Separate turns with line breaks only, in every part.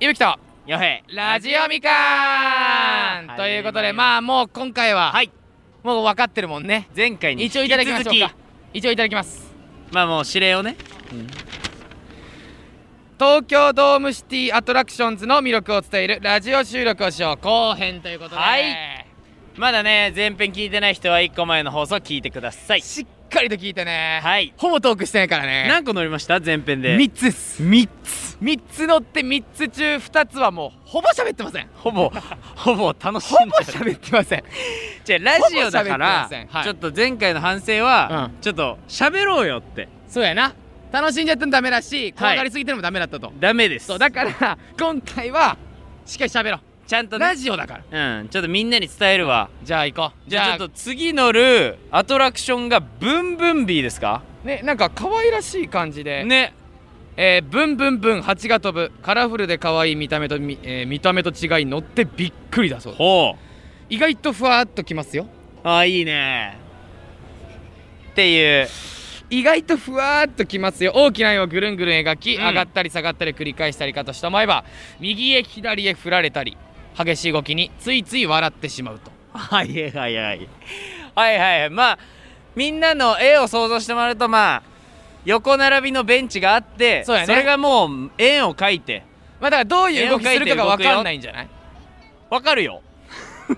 いぶきと
よへ
ラジオみか
は
ん
い
ということでまあもう今回は、
はい
もう分かってるもんね
前回に引
一
き
応
続
い
き
ただきましょうか一応いただきます
まあもう指令をね
東京ドームシティアトラクションズの魅力を伝えるラジオ収録をしよう後編ということで、
はいまだね前編聞いてない人は一個前の放送聞いてください
しっかりと聞いてね、
はい
ほぼトークしてないからね
何個乗りました前編で
3つです3つ3つ乗って3つ中2つはもうほぼ喋ってま せん
ほぼほぼ楽し
ほ
ん
ぼ
じゃ
喋ってません
じゃあラジオだから、
ほぼ喋ってませんはい
ちょっと前回の反省は、
う
ちょっと喋ろうよって
そうやな楽しんじゃったのダメだし怖がりすぎてのもダメだったと、
ダメです
そうだから今回はしっかり喋ろう
ちゃんと
ラ
ね
ジオだから
うんちょっとみんなに伝えるわ
じゃあ行こう
じゃあちょっと次乗るアトラクションがブンブンビーですか
ねなんか可愛らしい感じで、
ね
えーブンブンブン蜂が飛ぶカラフルで可愛い見た目とみ、えー見た目と違い乗ってびっくりだそう
ほう
意外とふわっときますよ
あいいねっていう
意外とふわーっときますよ大きな円をぐるんぐるん描き、
うん
上がったり下がったり繰り返したりかとして思えば右へ左へ振られたり激しい動きについつい笑ってしまうと
はいはいはいはいはいはいまあみんなの絵を想像してもらうとまあ横並びのベンチがあって
そうやね
れがもう円を描いて
まあだからどういう動きするかが分かんないんじゃない
わかるよ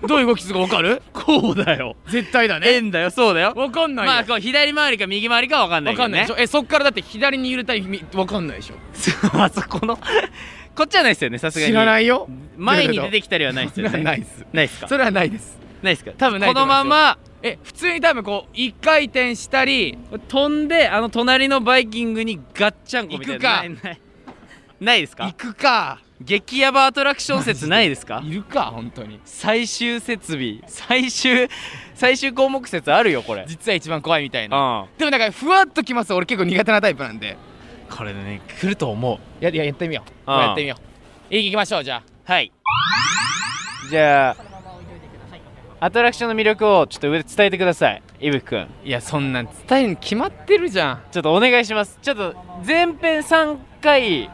どういう動きするか分か る
こうだよ
絶対だね
円だよそうだよ
分かんないよ、
まあこう左回りか右回りかわかんない
分
けど
かんない
ね
でしょえそっからだって左に揺れたりみ分かんないでしょ
あそこのこっちはないですよねさすがに
知らないいよ
前に出てきたりはないですよね
ないっす
ないですか
それはないです
ないですか
多分ない
ことの
思いますよ
まま
え普通に多分こう一回転したり
飛んであの隣のバイキングにガッチャンコみたい
行
なないないないですか
くか
激ヤバアトラクション説ないですか
いるか本当に
最終設備最終最終項目説あるよこれ
実は一番怖いみたいな
うん
でもなんかふわっときます俺結構苦手なタイプなんで
これね来ると思う
やややってみよう
うん
やってみよういきましょうじゃ
はいじゃあアトラクションの魅力をちょっと上で伝えてくださいいぶきくん
あいやそんなん伝えるに決まってるじゃん
ちょっとお願いしますちょっと前編3回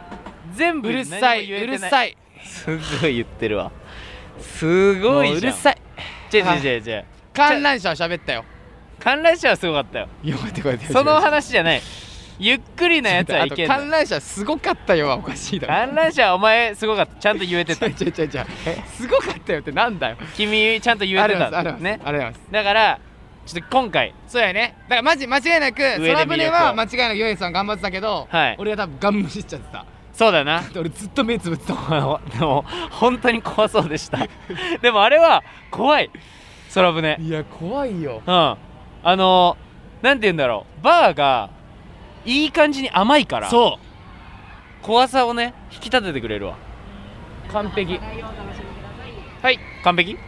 全部
うるさいうるさ
い
い
すごい言ってるわすご
もう
いうじゃ
る
ん
さい
じゃあじゃあじゃあじゃ
観覧車は喋ったよ
あ観覧車はすごかったよ
よかったこれ
その話じゃないゆっくりなやつはいけんの
観覧車すごかったよはおかしいだろ
観覧車はお前すごかったちゃんと言えてた
違う違う違う違うすごかったよってなんだよ
君ちゃんと言え
あり
て
がとうござい
た
ます
ね
ありがとうございます
だからちょっと今回
そうやねだからマジ間違いなく
上で
空
見れ
船
ば
は間違いなくヨエさん頑張ってたけど、
はい
俺は多分ガン無視しちゃってた
そうだな
俺ずっと目つぶってたもん
でも本当に怖そうでした でもあれは怖い空船
いや怖いよ
うんあのなんて言うんだろうバーがいい感じに甘いから
そう
怖さをね引き立ててくれるわ
完璧はい
完璧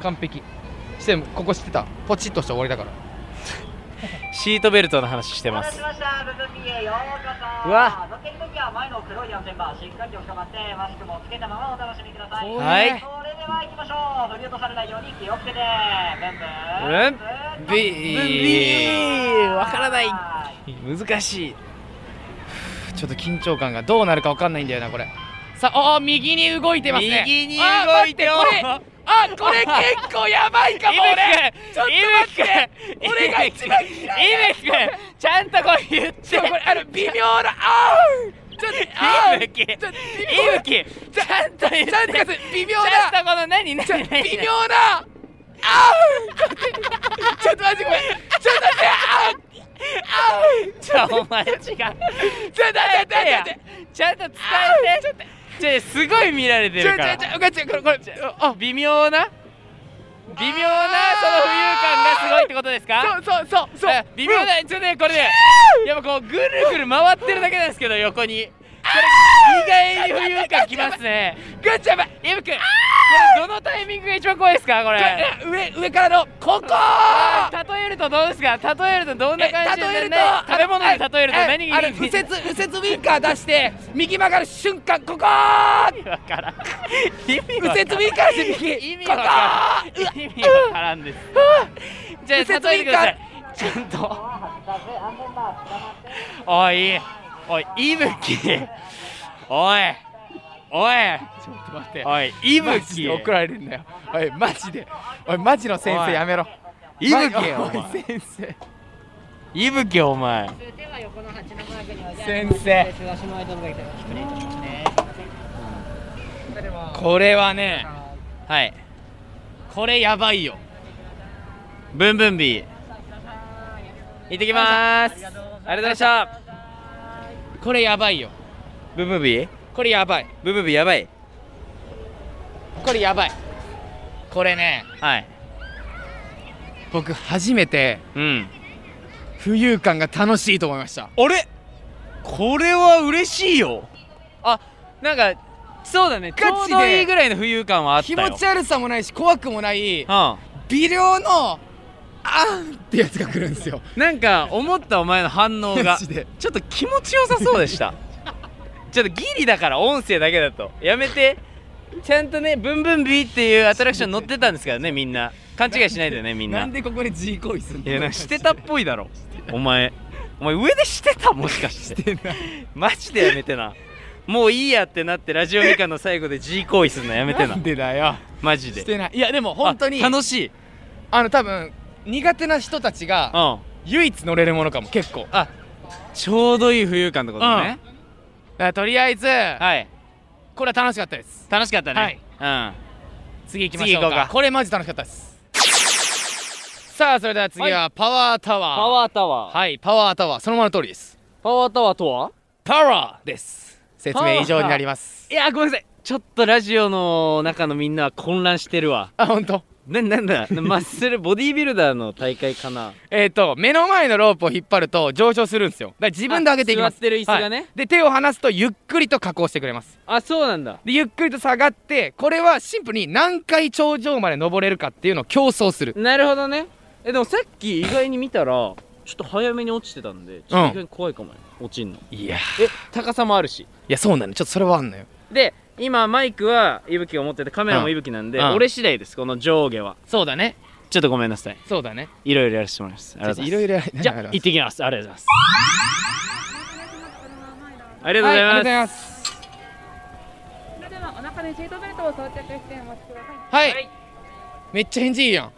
完璧してもここ知ってたポチッとして終わりだから
シートベルトの話してます
ました。部分 B へようこそ。
うわ
乗ってる時は前の黒い安全バーしっかりと捕まってマスクもつけたままお楽しみください。
怖
はい
それでは行きましょう。振り落とされないように気をつけて。ブンブン。
うん
ブンブン。
ビーわからない難しい
ちょっと緊張感がどうなるかわかんないんだよなこれさああ右に動いてますね
右に
あ
動いて
あ待ってこれあこれ結構やばいかも俺ちょっと待って
イブキ君
俺が一番嫌い
イブキ君ちゃんとこれ言って
ちょっとこれあの微妙なあーちょっとあー
いぶき
ちょっと
いぶき
ちゃんとちゃんと微妙
ち
な
ゃんとこの何何何
微妙なあーちょっと待ってごめんちょっと待ってあーあーち
ち
ょ
ょ
っと
お前違うちゃんと
ちょっと待って待って待って
ちゃんと伝えてちょすごい見られて
ちょ
る
ちょ
から
ちょごめんちょこれこれあ
微妙な微妙なその浮遊感がすごいってことですか
そうそうそうそう
あ微妙なちょっとねこれねやっぱこうぐるぐる回ってるだけなんですけど横にこれ意外に浮遊感きますね
グッジョブ
イブくんこれどのタイミングが一番怖いですかこれ
上上からのここ
例えるとどうですか例えるとどんな感じで、ね、
え例えると
食べ物で例えると
あ
何
あ
が
れ
いい
右折右折ウィンカー出して右曲がる瞬間ここー
わからん意味
右
わから
折
ん
ウィンカーして右
意味わからん意味わからんです じゃあ例えてください ちゃんとおいおいいぶきおい
おいちょっと待って
おい息
マジ
吹
で怒られるんだよおいマジでおいマジの先
お
生
い
やめろ
息吹
お
お
い
前
先生
息吹お前
手は横の鉢のマークに置いて
先生
手足の間の上に失礼いたしますねそれでは
これはね
あ
はい
これやばいよ
ブンブンビー行ってきまーすありがとうございました
これやばいよ
ブンブンビー
これやばい
ブンブンビーやばい
これやばいこれね
はい
僕初めて
うん
浮遊感が楽しいと思いました
あれこれは嬉しいよあなんかそうだねち
ガチで
ょうどいいぐらいの浮遊感はあった
気
よ
持ち悪さもないし怖くもない
うん
微量のあんってやつが来るんですよ
なんか思ったお前の反応
マ
が
ジで
ちょっと気持ちよさそうでしたちょっとギリだから音声だけだとやめてちゃんとね「ブンブンビー」っていうアトラクション乗ってたんですからねみんな勘違いしないでねみんな
なんでここで G 行為するの
いやなんかしてたっぽいだろお前お前上でしてたもしかして
してない
マジでやめてなもういいやってなってラジオみかんの最後で G 行為するのやめてな
なんでだよ
マジ
し
で
てないいやでも本当に
あ楽しい
あの多分苦手な人たち
う
が
ん
唯一乗れるものかも結構
あちょうどいい浮遊感ってことね、
だからとりあえず、
はい
これは楽しかったです
楽しかったね、
次行きましょうか
次行こうか
これマジ楽しかったですさあそれでは次はパワータ
うん
ワー、
パワータワー、
はいパワータワーそのままの通りです
パワータワーとは
パワーです説明以上になります
いやごめんなさいちょっとラジオの中のみんなは混乱してるわ
あ本当
ななん だマッスルボディービルダーの大会かな
えっ、と目の前のロープを引っ張ると上昇するんですよだから自分で上げていきます
あ座ってる椅子がね
はいで手を離すとゆっくりと加工してくれます
あそうなんだ
でゆっくりと下がってこれはシンプルに何回頂上まで登れるかっていうのを競争する
なるほどねえでもさっき意外に見たらちょっと早めに落ちてたんでちょっと意外に怖いかもよ、落ちんの
いやい
え高さもあるし
やそうなのちょっとそれはあんのよ
で今マイクは伊吹が持っててカメラも伊吹なんで、
うんうん
俺次第ですこの上下は
そうだね
ちょっとごめんなさい
そうだね
いろいろやらせてもらいますありがとうございます
ろいろ
じゃあ行ってきますありがとうございますありがとうございます、
います
それではお腹にシートベルトを装着してお待ちください。
はい、
はい
めっちゃ返事いいやん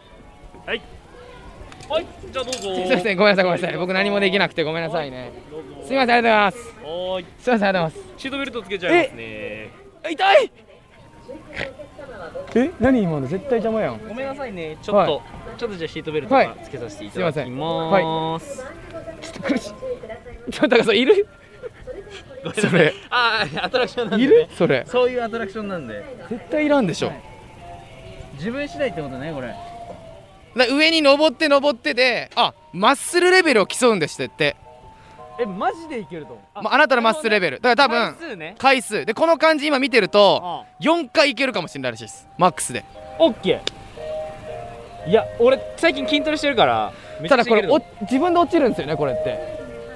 はい、じゃあどうぞ。す
すいませんごめんなさいごめんなさい僕何もできなくてごめんなさいねすいませんありがとうございます
はーい、
すいませんありがとうござい
シートベルトつけちゃいますね。
ます痛いえ何今の絶対邪魔やん
ごめんなさいね、ちょっと、ちょっとじゃあシートベルト
はい
つけさせていただきます。
苦しいちょっと高さんいる
ごめんなさい
それ
あー、アトラクションなん
い
で、
る
ね。
それ
そういうアトラクションなんで、
絶対いらんでしょ
自分次第ってことね、これ。
だ上に登って登ってであマッスルレベルを競うんですってって
え、マジでいけると思う。
ああなたのマッスルレベルだから多分
回数ね。
回数でこの感じ今見てると4回いけるかもしれないらしいですマックスで
オッケー。いや、俺最近筋トレしてるから。めっちゃ
ただこ
いけ
れ
ると
お
思う
自分で落ちるんですよねこれって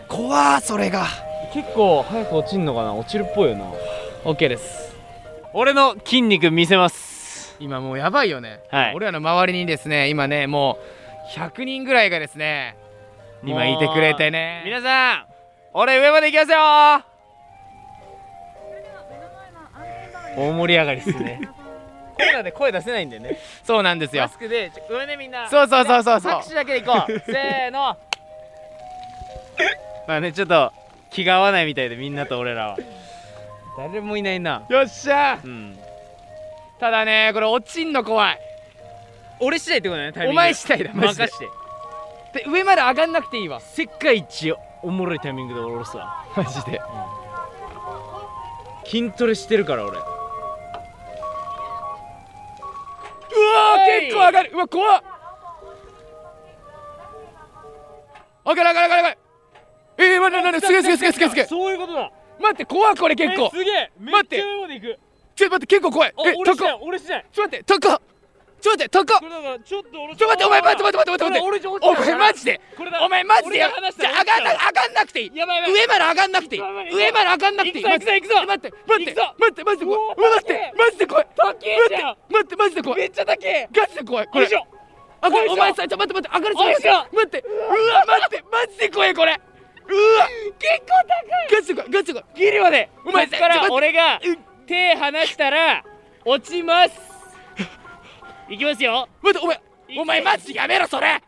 怖ーそれが
結構早く落ちんのかな、落ちるっぽいよな。
OK です
俺の筋肉見せます。
今もうやばいよね、
はい
俺らの周りにですね今ねもう100人ぐらいがですね今
も
いうてくれてね
皆さん、俺上まで行きますよー。大盛り上がりですねコーナーで声出せないんだよね
そうなんです
マ
よ
スクでちょごめんねみんな
そうそうそうそうそう
拍手だけでいこう せーのまあねちょっと気が合わないみたいでみんなと俺らは誰もいないな
よっしゃ
うん
ただねこれ落ちんの怖い
俺次第ってことだねタイミング
お前次第だマジで
任して
で上まで上がんなくていいわ
世界一おもろいタイミングで俺下ろすわ
マジで
筋トレしてるから俺う
う
わ
わ
は
ー
い
結構上がるうわ怖っ上がる上がる上がる上がるえー、待って待ってすげえすげえすげえすげえすげえ
そういうことだ
待って怖いこれ結構
えすげえめっ
待っ
ち
て
ゃ上まで行く
ちょっと待って結構怖い
あ
え
俺
高っ
次第俺次第
ちょっと待って高っちょっと待って高っ
これだからちょっと
ち
俺
ょっと待ってお前待って待って待って待ってお
俺俺
前マジで
これだ
お前マジでや
俺が話し
じ
た
ゃ
ら
あ上がんな上がんなくていい
やばいやばい
上まで上がんなくていい
やばいやば
上
い
まで上がんなくていい
行くぞ行くぞ
マジで待って
行くぞ
待って待って待って怖いうう
わ
わ待ってマジで怖い
高えじゃん
待って待ってマジで怖
め
い
っちゃ高え
ガチで怖いこれ
よいしょ
あこれ
よいしょ
お前さちょ待って待って上がる
よいしょ
下がる待ってうわ待ってマジで怖いこれうわ結構高いガチで怖いガチで怖い
ギリまで
お前
こっから
ちょっと待って
俺が
う
手離したら落ちますいきますよ
待ってお前お前マジでやめろそれ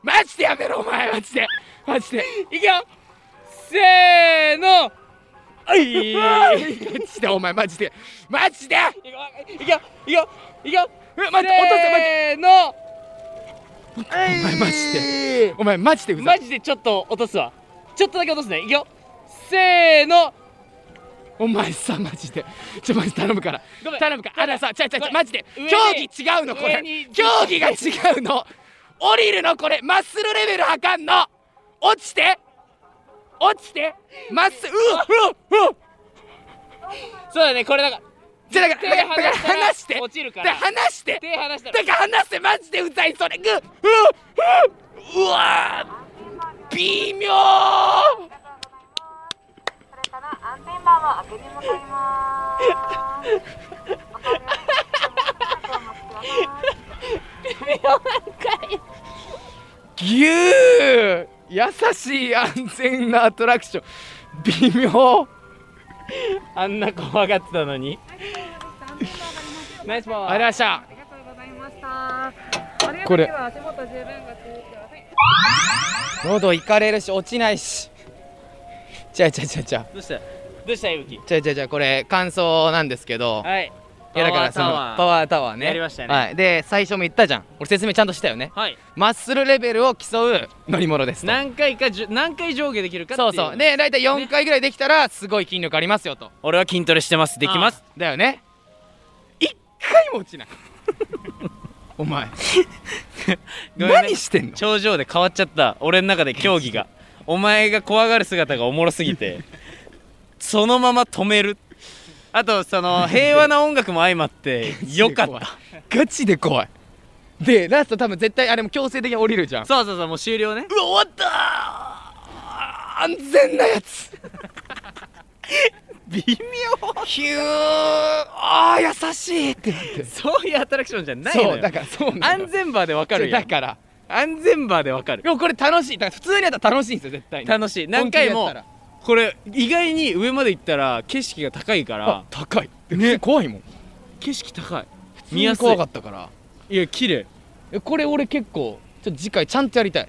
マジでやめろお前マジでマジで
いくよせーのあい
マジでお前マジでマジで
いくよいくよいくよ
え待ってお父さん待って
せーの
お前マジ
で
お前マジでうざ
マジでちょっと落とすわちょっとだけ落とすねいくよせーの
お前さマジでちょマジ頼むから
ごめん
頼むからあらさちゃちゃち
ごめ
ゃ
ん
マジで
上に
競技違うのこ
上
れ
に
競技が違うの降りるのこれマッスルレベル測んの落ちて落ちてマッスルうううう
そうだねこれだから
じゃだからだからだから離して
落ちるか
で
ら
離して
手離したら
だから離してマジでうざいそれぐううううわー微妙
これから安全バーを開けに向かいます。お帰りなさいお待ちください。
ぎゅー優しい安全なアトラクション微妙
あんな怖がってたのにナイスパワー
ありがとうございま
ありがとうございました。ありが
こと
う
れ
ございます足元十分ご注意ください。
した喉いかれるし落ちないしじゃあじゃあじゃあじゃあ
どうしたどうしたゆうき
じゃあじゃあじゃあこれ感想なんですけど、い、
はい
やだからそのパワータワーね
やりましたね
はい、で最初も言ったじゃん俺説明ちゃんとしたよね
はい
マッスルレベルを競う乗り物ですと
何回かじゅ何回上下できるかってい
そううそうで大体4回ぐらいできたらすごい筋力ありますよと
俺は筋トレしてますできます
だよね一回も落 ちないお前
ごめんね
何してんの
頂上で変わっちゃった俺の中で 競技がお前が怖がる姿がおもろすぎてそのまま止めるあと その平和な音楽も相まってよかった
ガチで怖いでラスト多分絶対あれも強制的に降りるじゃん
そうそうそうもう終了ね
うわ終わったー安全なやつ
微妙
ヒューあー優しいってなって
そういうアトラクションじゃないのよ
そうだからそうなの
安全バーでわかる
ちょ
や
だ
ん
から
安全バーでわかる
でもこれ楽しいだから普通にやったら楽しいんですよ絶対に
楽しい何回も
本気でやったら
これ意外に上まで行ったら景色が高いか
あ
ら
高いね怖いもん
景色高い見
見や
や
す
す
い怖
い
かったから
いや綺麗
えこれ俺結構ちょっと次回ちゃんとやりたい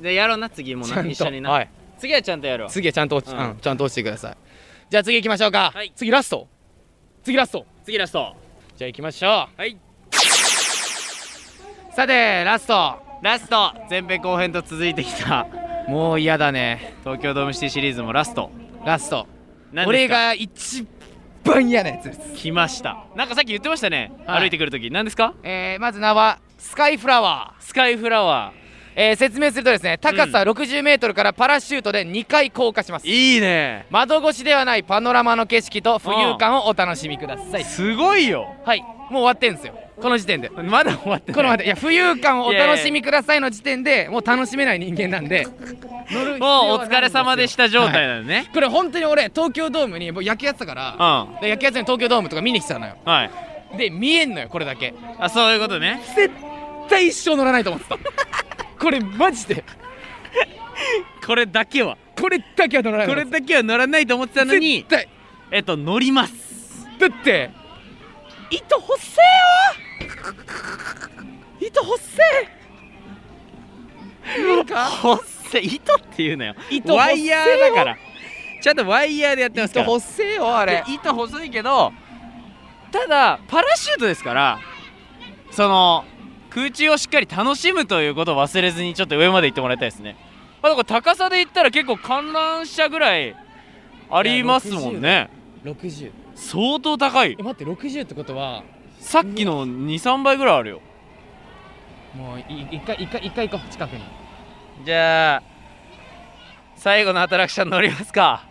でやろうな次も
ちゃ
なん一
と
緒にな、
はい
次はちゃんとやろう
次はちゃんと落ち、
うん
うんちゃんと落ちてくださいじゃあ次行きましょうか、
はい
次ラスト次ラスト
次ラスト
じゃあ行きましょ
はい。
うさてラスト
ラスト前編後編と続いてきた
もう嫌だね
東京ドームシティシリーズもラスト。
ラスト
何で
俺
すか
が一番嫌なやつです
来ました。なんかさっき言ってましたね。
はい
歩いてくるとき。何ですか？
えーまず名はスカイフラワー
スカイフラワ
えー説明するとですね高さ60メートルからパラシュートで2回降下します
ー。いいね。
窓越しではないパノラマの景色と浮遊感をお楽しみください
すごいよ。
はいもう終わってんですよこの時点でこ
まだ終わってない。
のまでいや浮遊感をお
いやいや
楽しみくださいの時点でもう楽しめない人間なんで乗る必要は
もうお
ないんすよ
疲れ様でした状態
はい
なのね。
これ本当に俺東京ドームに僕野球やってたから、で野球やってたのに東京ドームとか見に来てたのよ
うん。はい。
で見えんのよこれだけ
あそういうことね。
絶対一生乗らないと思ってた これマジで
これだけは。
これだけは乗らない
これだけは乗らないと思ってたのに
絶、対
えっと乗ります。
だって糸ほっせ えよ糸ほっせ えいいか
ほっせ糸っていうのよ。
糸
ワイヤ
ほっ
ー
せよ
だから。ちゃんとワイヤーでやってますか
糸
ら。
ほっせえよあれ
で糸細いけどただパラシュートですからその空中をしっかり楽しむということを忘れずにちょっと上まで行ってもらいたいですねあとこれ高さで言ったら結構観覧車ぐらいありますもんね
60
相当高い
え待って60ってことは
さっきの23倍ぐらいあるよ
もうい一回一回一回行こう近くに
じゃあ最後のアトラクション乗りますか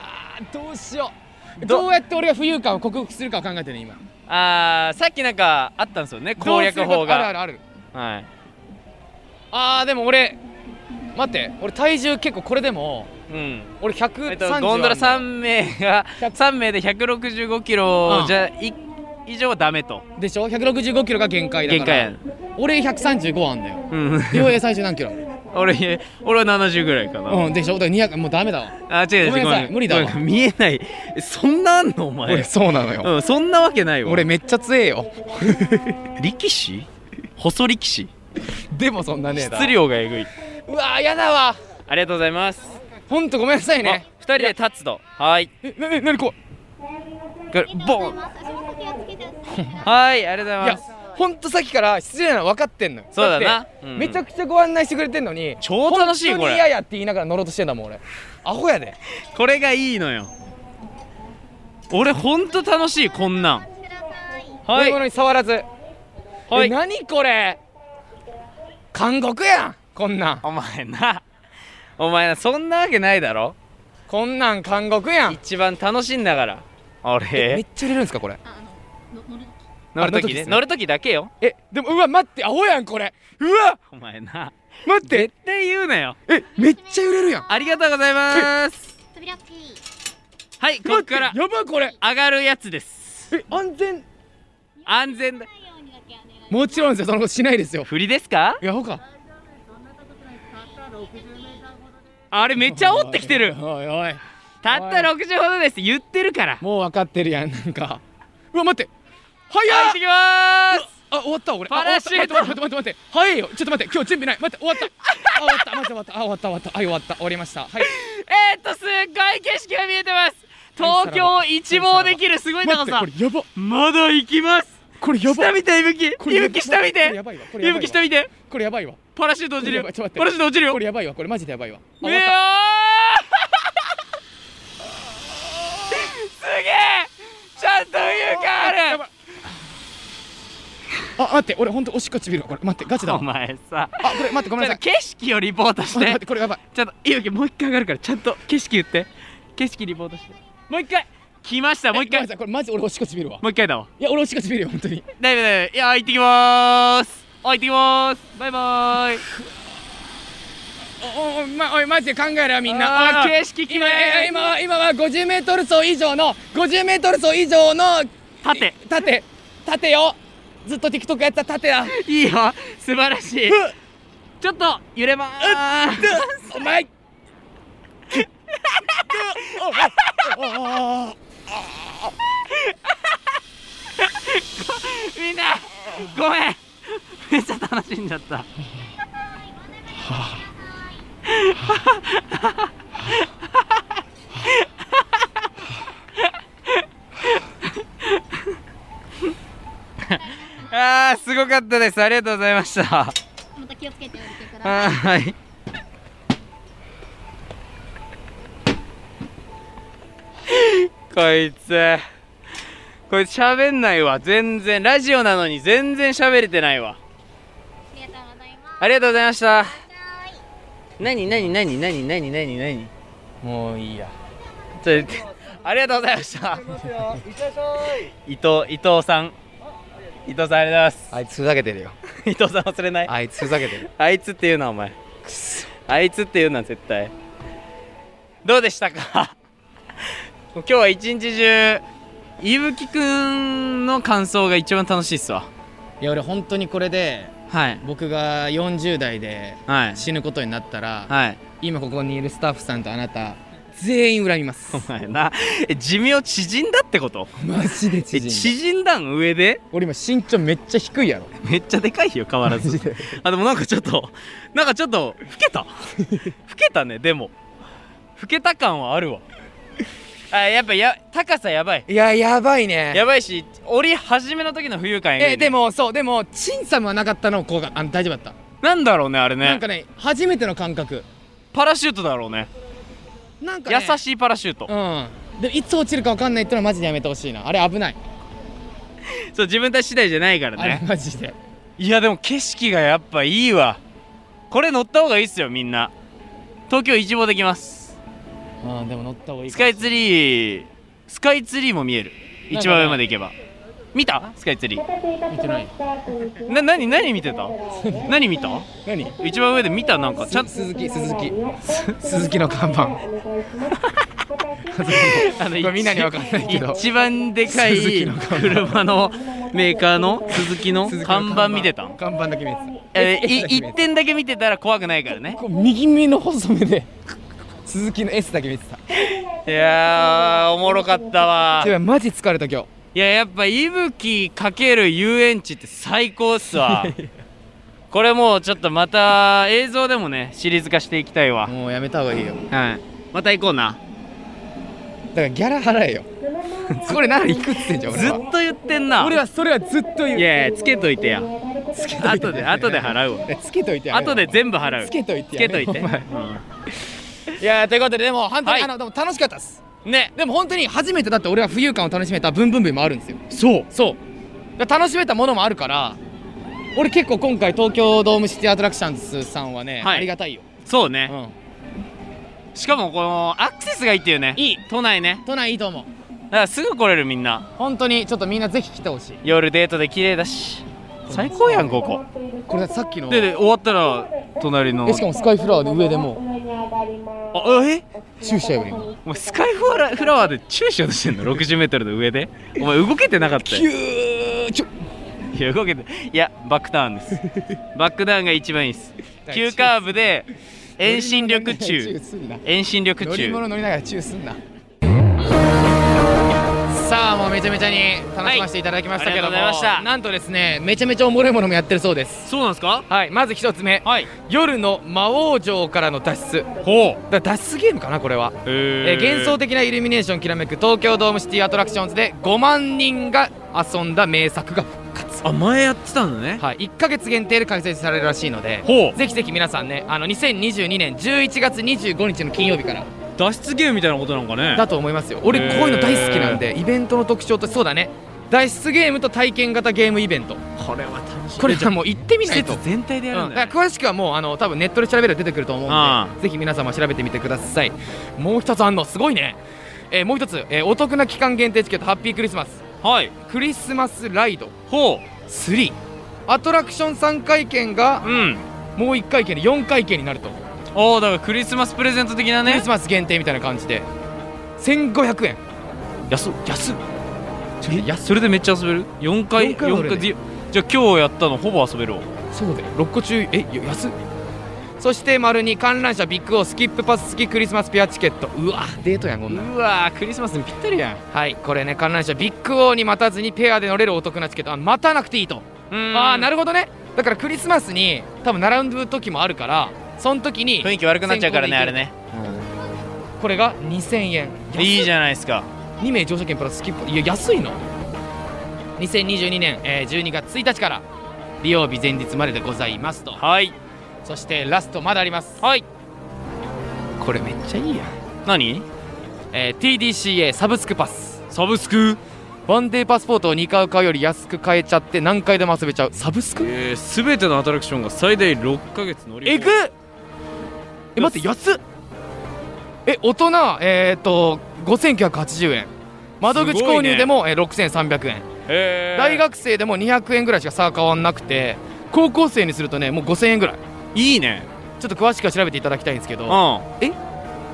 あーどうしよう
ど
どうやって俺が浮遊感を克服するかを考えてるね今
あーさっきなんかあったんですよね攻略
どうす
法
るかあるあ
が
るある
はい
あーでも俺待って俺体重結構これでも
うん
俺130、
えっと、ゴンドラ3名が
100
3名で165キロ
うん
じゃ、い以上はダメと
でしょ165キロが限界だから
限界やん
俺135あんだよ
うん
両 A 最初何キロ
俺いや俺は70ぐらいかな、
うんでしょだから200もうダメだわ
あ違う違う
ごめんなさい無理だわ
ごめん見えないえそんなあんのお
俺
前
そうなのよ、
うんそんなわけないわ
俺めっちゃ強えよ
力士細力士
でもそんなねえだ
質量がえぐいう
わーやだわ
ありがとうございます
ほんとごめんなさい
あ
ね
二人で立つとはい
えなななにこう
これボンはいありがとう
い
ござい
や
ます
ほんとさっきから失礼なの分かってんのよ
そうだな
って
うん
めちゃくちゃご案内してくれてんのに
超楽しい
本当
こ
に
れ
嫌やって言いながら乗ろうとしてんだもん俺アホやで
これがいいのよ俺ほんと楽しいこんなんは
乗
い
り物に触らず
は
え
い
何これ監獄やんこんなん
お前なお前なそんなわけないだろ
こんなん監獄やん
一番楽しいんだから
えめ
俺
っちゃ入れるんですかこれ
乗るときね
あ
乗
乗
るときだけよ
えでもうわ待ってアホやんこれうわ
お前な
待って
絶対言うなよ
えめっちゃ揺れるやん
ありがとうございますはいここから
待ってやばいこれ
上がるやつです
え安全
安全だ
もちろんですよそのことしないですよ
振りですか
いやほか
あれめっちゃ
お
煽ってきてる
おいおい
たった60ほどですって言ってるから
もう分かってるやんなんかうわ待って
はい行
早
ってきます
あ終わった俺あ
パラシュート
終わった待って待って待って待って早いよちょっと待って今日準備ない待って終わったあ終わった待って終わったあ終わった終わったはい終わった終わりましたはい
えー、っとすっごい景色が見えてます東京を一望できる すごい高
待って
さ
これやば
まだ行きます
これやば
下見ていぶきい
これやば
ぶき下見
これ
て
やばいわこれ
い
やばい
ぶ
わ
き下見て
これやばいわ
パラシュート落ちるよ
これやばいち
パラ
ょっと待って
シュート落ちるよ
これやばいわこれマジでやばいわあ
う
終
わー
わった
すげえちゃんと浮遊感あ
や
る
ばいあ待って俺本当おしっこちびるわこれ待ってガチだわ
お前
あ
さ
これ待ってごめんなさい
ちょっと景色をリポートし
待って待っててこれやばい
ちょっといぶきもう一回上がるからちゃんと景色言って景色リポートしてもう一回来ましたもう一
えごめんな
回
さいこれマジ俺おしっこちびるわ
もう一回だわ
いや俺おしっこちびるよ本当に
だいぶだいぶいや行ってきまーすあ行ってきまーすバイバーイ
おおまおいマジで考えろよみんな
あー
おい
景色決
今
め
え今は今は50メートル走以上の50メートル走以上の
縦
い縦縦よずっと TikTok やってた縦だ
いいよ素晴らしい
ふっ
ちょっと揺れまーす
お前おおおお
みんなごめんめっちゃ楽しんじゃったあーすごかったですありがとうございました
また気をつけて降りてください。
あーはいこいつこいつ喋んないわ全然ラジオなのに全然喋れてないわ
ありがとうございます。
ありがとうございました
はーい。
何何何何何何何
もういいや
ちょっとありがとうございました伊藤伊藤さん伊藤さんありがとうございま
あいつふざけてるよ
す伊藤さん忘れない
あいつふざけてる
あいつっていうなお前あいつっていうな絶対どうでしたかもう今日は一日中いぶきくんの感想が一番楽しいっすわ
いや俺本当にこれで
はい
僕が40代で
はい
死ぬことになったら、
はい
今ここにいるスタッフさんとあなた全員恨みます
お前なえ寿命縮んだってこと
マジで
え縮んだん上で
俺今身長めっちゃ低いやろ
めっちゃでかいよ変わらずあでもなんかちょっとなんかちょっと老 けた老けたねでも老けた感はあるわあやっぱや高さやばい
いややばいね
やばいし折り始めの時の浮遊感やばいね
えでもそうでもチンさんはなかったのこうがあの大丈夫だった、
なんだろうねあれね
なんかね初めての感覚
パラシュートだろうね
なんか、ね、
優しいパラシュート、
うんでもいつ落ちるか分かんないってのはマジでやめてほしいなあれ危ない、
そう自分たち次第じゃないから
あれ
ね
マジで
いやでも景色がやっぱいいわこれ乗った方がいいっすよみんな東京一望できます
うんでも乗った方がいい
ス
か
カイツリースカイツリーも見える
なんかね
一番上まで行けば見たスカイツリー
見てない
な何何見てた何見た
何
一番上で見たなんかちゃん
鈴木鈴木鈴木の看板
あ
こ
の
れみんなにわかんないけど
一番でかい
鈴木の看板
車のメーカーの鈴木の
鈴木の
看板見てたん
看板だけ見て
えい
え
一点だけ見てたら怖くないからね
たこう右目の細目で鈴木の S だけ見てた
いやーおもろかったわ
でもマジ疲れた今日
いややっぱ息吹かける遊園地って最高っ すわこれもうちょっとまた映像でもねシリーズ化していきたいわ、
もうやめた方がいいよ
はいまた行こうな
だからギャラ払 えよそれならいくっつってんじゃん俺
ずっ
は
と言ってんな
俺はそれはずっと言う
いやいやつけといてや
つけといて
後で後で払うわ
えつけといてやめろ
後で全部払う
つけといて
つ
や
け
め
と
ろ
いて、
お前
う
いやーということででも本当に、
はい
あのでも楽しかったっす
んね
でも本当に初めてだって俺は浮遊感を楽しめたブンブンブンもあるんですよ
そう
そうだから楽しめたものもあるから俺結構今回東京ドームシティアトラクションズさんはね、
はい
ありがたいよ、
そう
う
ね、
ん、
しかもこのアクセスがいいっていうね
いい
都内ね
都内いいと思う
だからすぐ来れるみんな
本当にちょっとみんなぜひ来てほしい
夜デートで綺麗だし最高やんここ
これさっきの
でで終わったら隣の
えしかもスカイフラワーの上でも
あえ
うチューしちゃえばいいの
お前スカイフラフラワーでチューしようとしてんの 60m の上でお前動けてなかった
キュ
よ
ー ちょ
いや動けていやバックターン ですバックターンが一番いいです
だから
急カーブで遠心力
チュー
中
すんな
遠心力
乗り
中
物乗りながらチューすんなさあもうめちゃめちゃに楽しませていただきましたけども、
はいありがとうございました
なんとですねめちゃめちゃおもろいものもやってるそうです
そうなんですか
はいまず一つ目
はい
夜の魔王城からの脱出
ほう
だ脱出ゲームかなこれは、えー幻想的なイルミネーションきらめく東京ドームシティアトラクションズで5万人が遊んだ名作が復活、
あ前やってたのね
はい、1ヶ月限定で開催されるらしいので
ほう
ぜひぜひ皆さんねあの2022年11月25日の金曜日から
脱出ゲームみたいなことなんかね
だと思いますよ俺
へー
こういうの大好きなんでイベントの特徴としてそうだね脱出ゲームと体験型ゲームイベント
これは楽しい
これはもう行ってみないと
施設全体でやる
うんん
だ
だ
ね
から詳しくはもうあの多分ネットで調べると出てくると思うん
あ
でぜひ皆様調べてみてくださいもう一つあんのすごいね、えーもう一つ、えーお得な期間限定チケットハッピークリスマス
はい
クリスマスライド
ほ
3アトラクション3回券が
ううん
もう1回券で4回券になると、
おおだからクリスマスプレゼント的な
クリ
ね
スマス限定みたいな感じで1500円
安っ安っえそれでめっちゃ遊べる4回
四回は
四
俺ね
回でじゃあ今日やったのほぼ遊べるわ
そうだよ6個中えいや安っそして丸に観覧車ビッグオースキップパス付きクリスマスペアチケットうわデートやんこんなん
うわークリスマスにぴったりやん
はいこれね観覧車ビッグオーに待たずにペアで乗れるお得なチケットあ待たなくていいとああな
る
るほどねだからクリスマスに多分並ぶ時もあるからその時に
雰囲気悪くなっちゃうからねあれ
先行で行ける
ね
これが2000円
いいじゃないですか
2名乗車券プラススキップいや安いの2022年、えー12月1日から利用日前日まででございますと
はい
そしてラストまだあります
はい
これめっちゃいいやん
何
えー TDCA サブスクパス
サブスク
ワンデーパスポートを2回買うより安く買えちゃって何回でも遊べちゃうサブスク
えー、全てのアトラクションが最大6ヶ月乗り
えぐっえ待って安っえ大人えっ、と5980円窓口購入でも、えー6300円、
えー、
大学生でも200円ぐらいしか差は変わんなくて高校生にするとねもう5000円ぐらい
いいね
ちょっと詳しくは調べていただきたいんですけ
う
ど
ん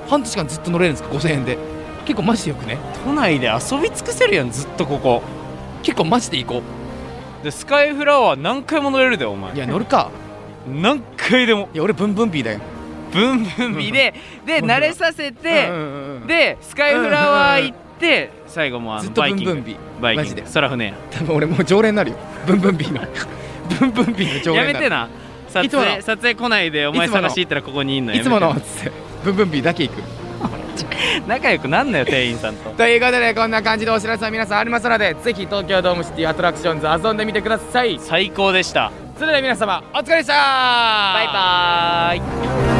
半年間ずっと乗れるんですか5000円で結構マジでよくね
都内で遊び尽くせるやんずっとここ
結構マジで行こ
でスカイフラワー何回も乗れるでお前
う いや乗るか
何回でも
いや俺ブンブンビーだよ
ブン ブンビでで慣れさせ
うんう
て
んうんうん
でスカイフラワー行って最後もあ
ずっ
の
と
バ
ブ
イ
ン
キ
ブ
ン
ン
グ
ビー
バイ
マ
キン
ジで
グ空船や
多分俺もう常連になるよブンブンビー のブンブンビーの常連
や
に
め
なる
てな撮
いつもの
影撮影来ないでお前
いつもの
探し行ったらここにいんのや
い
め
つ
て
ものっつってブンブンビーだけ行く
仲良くなんなよ店員さんと
ということでこんな感じでお知らせは皆さんありますのでぜひ東京ドームシティアトラクションズ遊んでみてください
最高でした
それでは皆様お疲れでしたバ
バイバーイ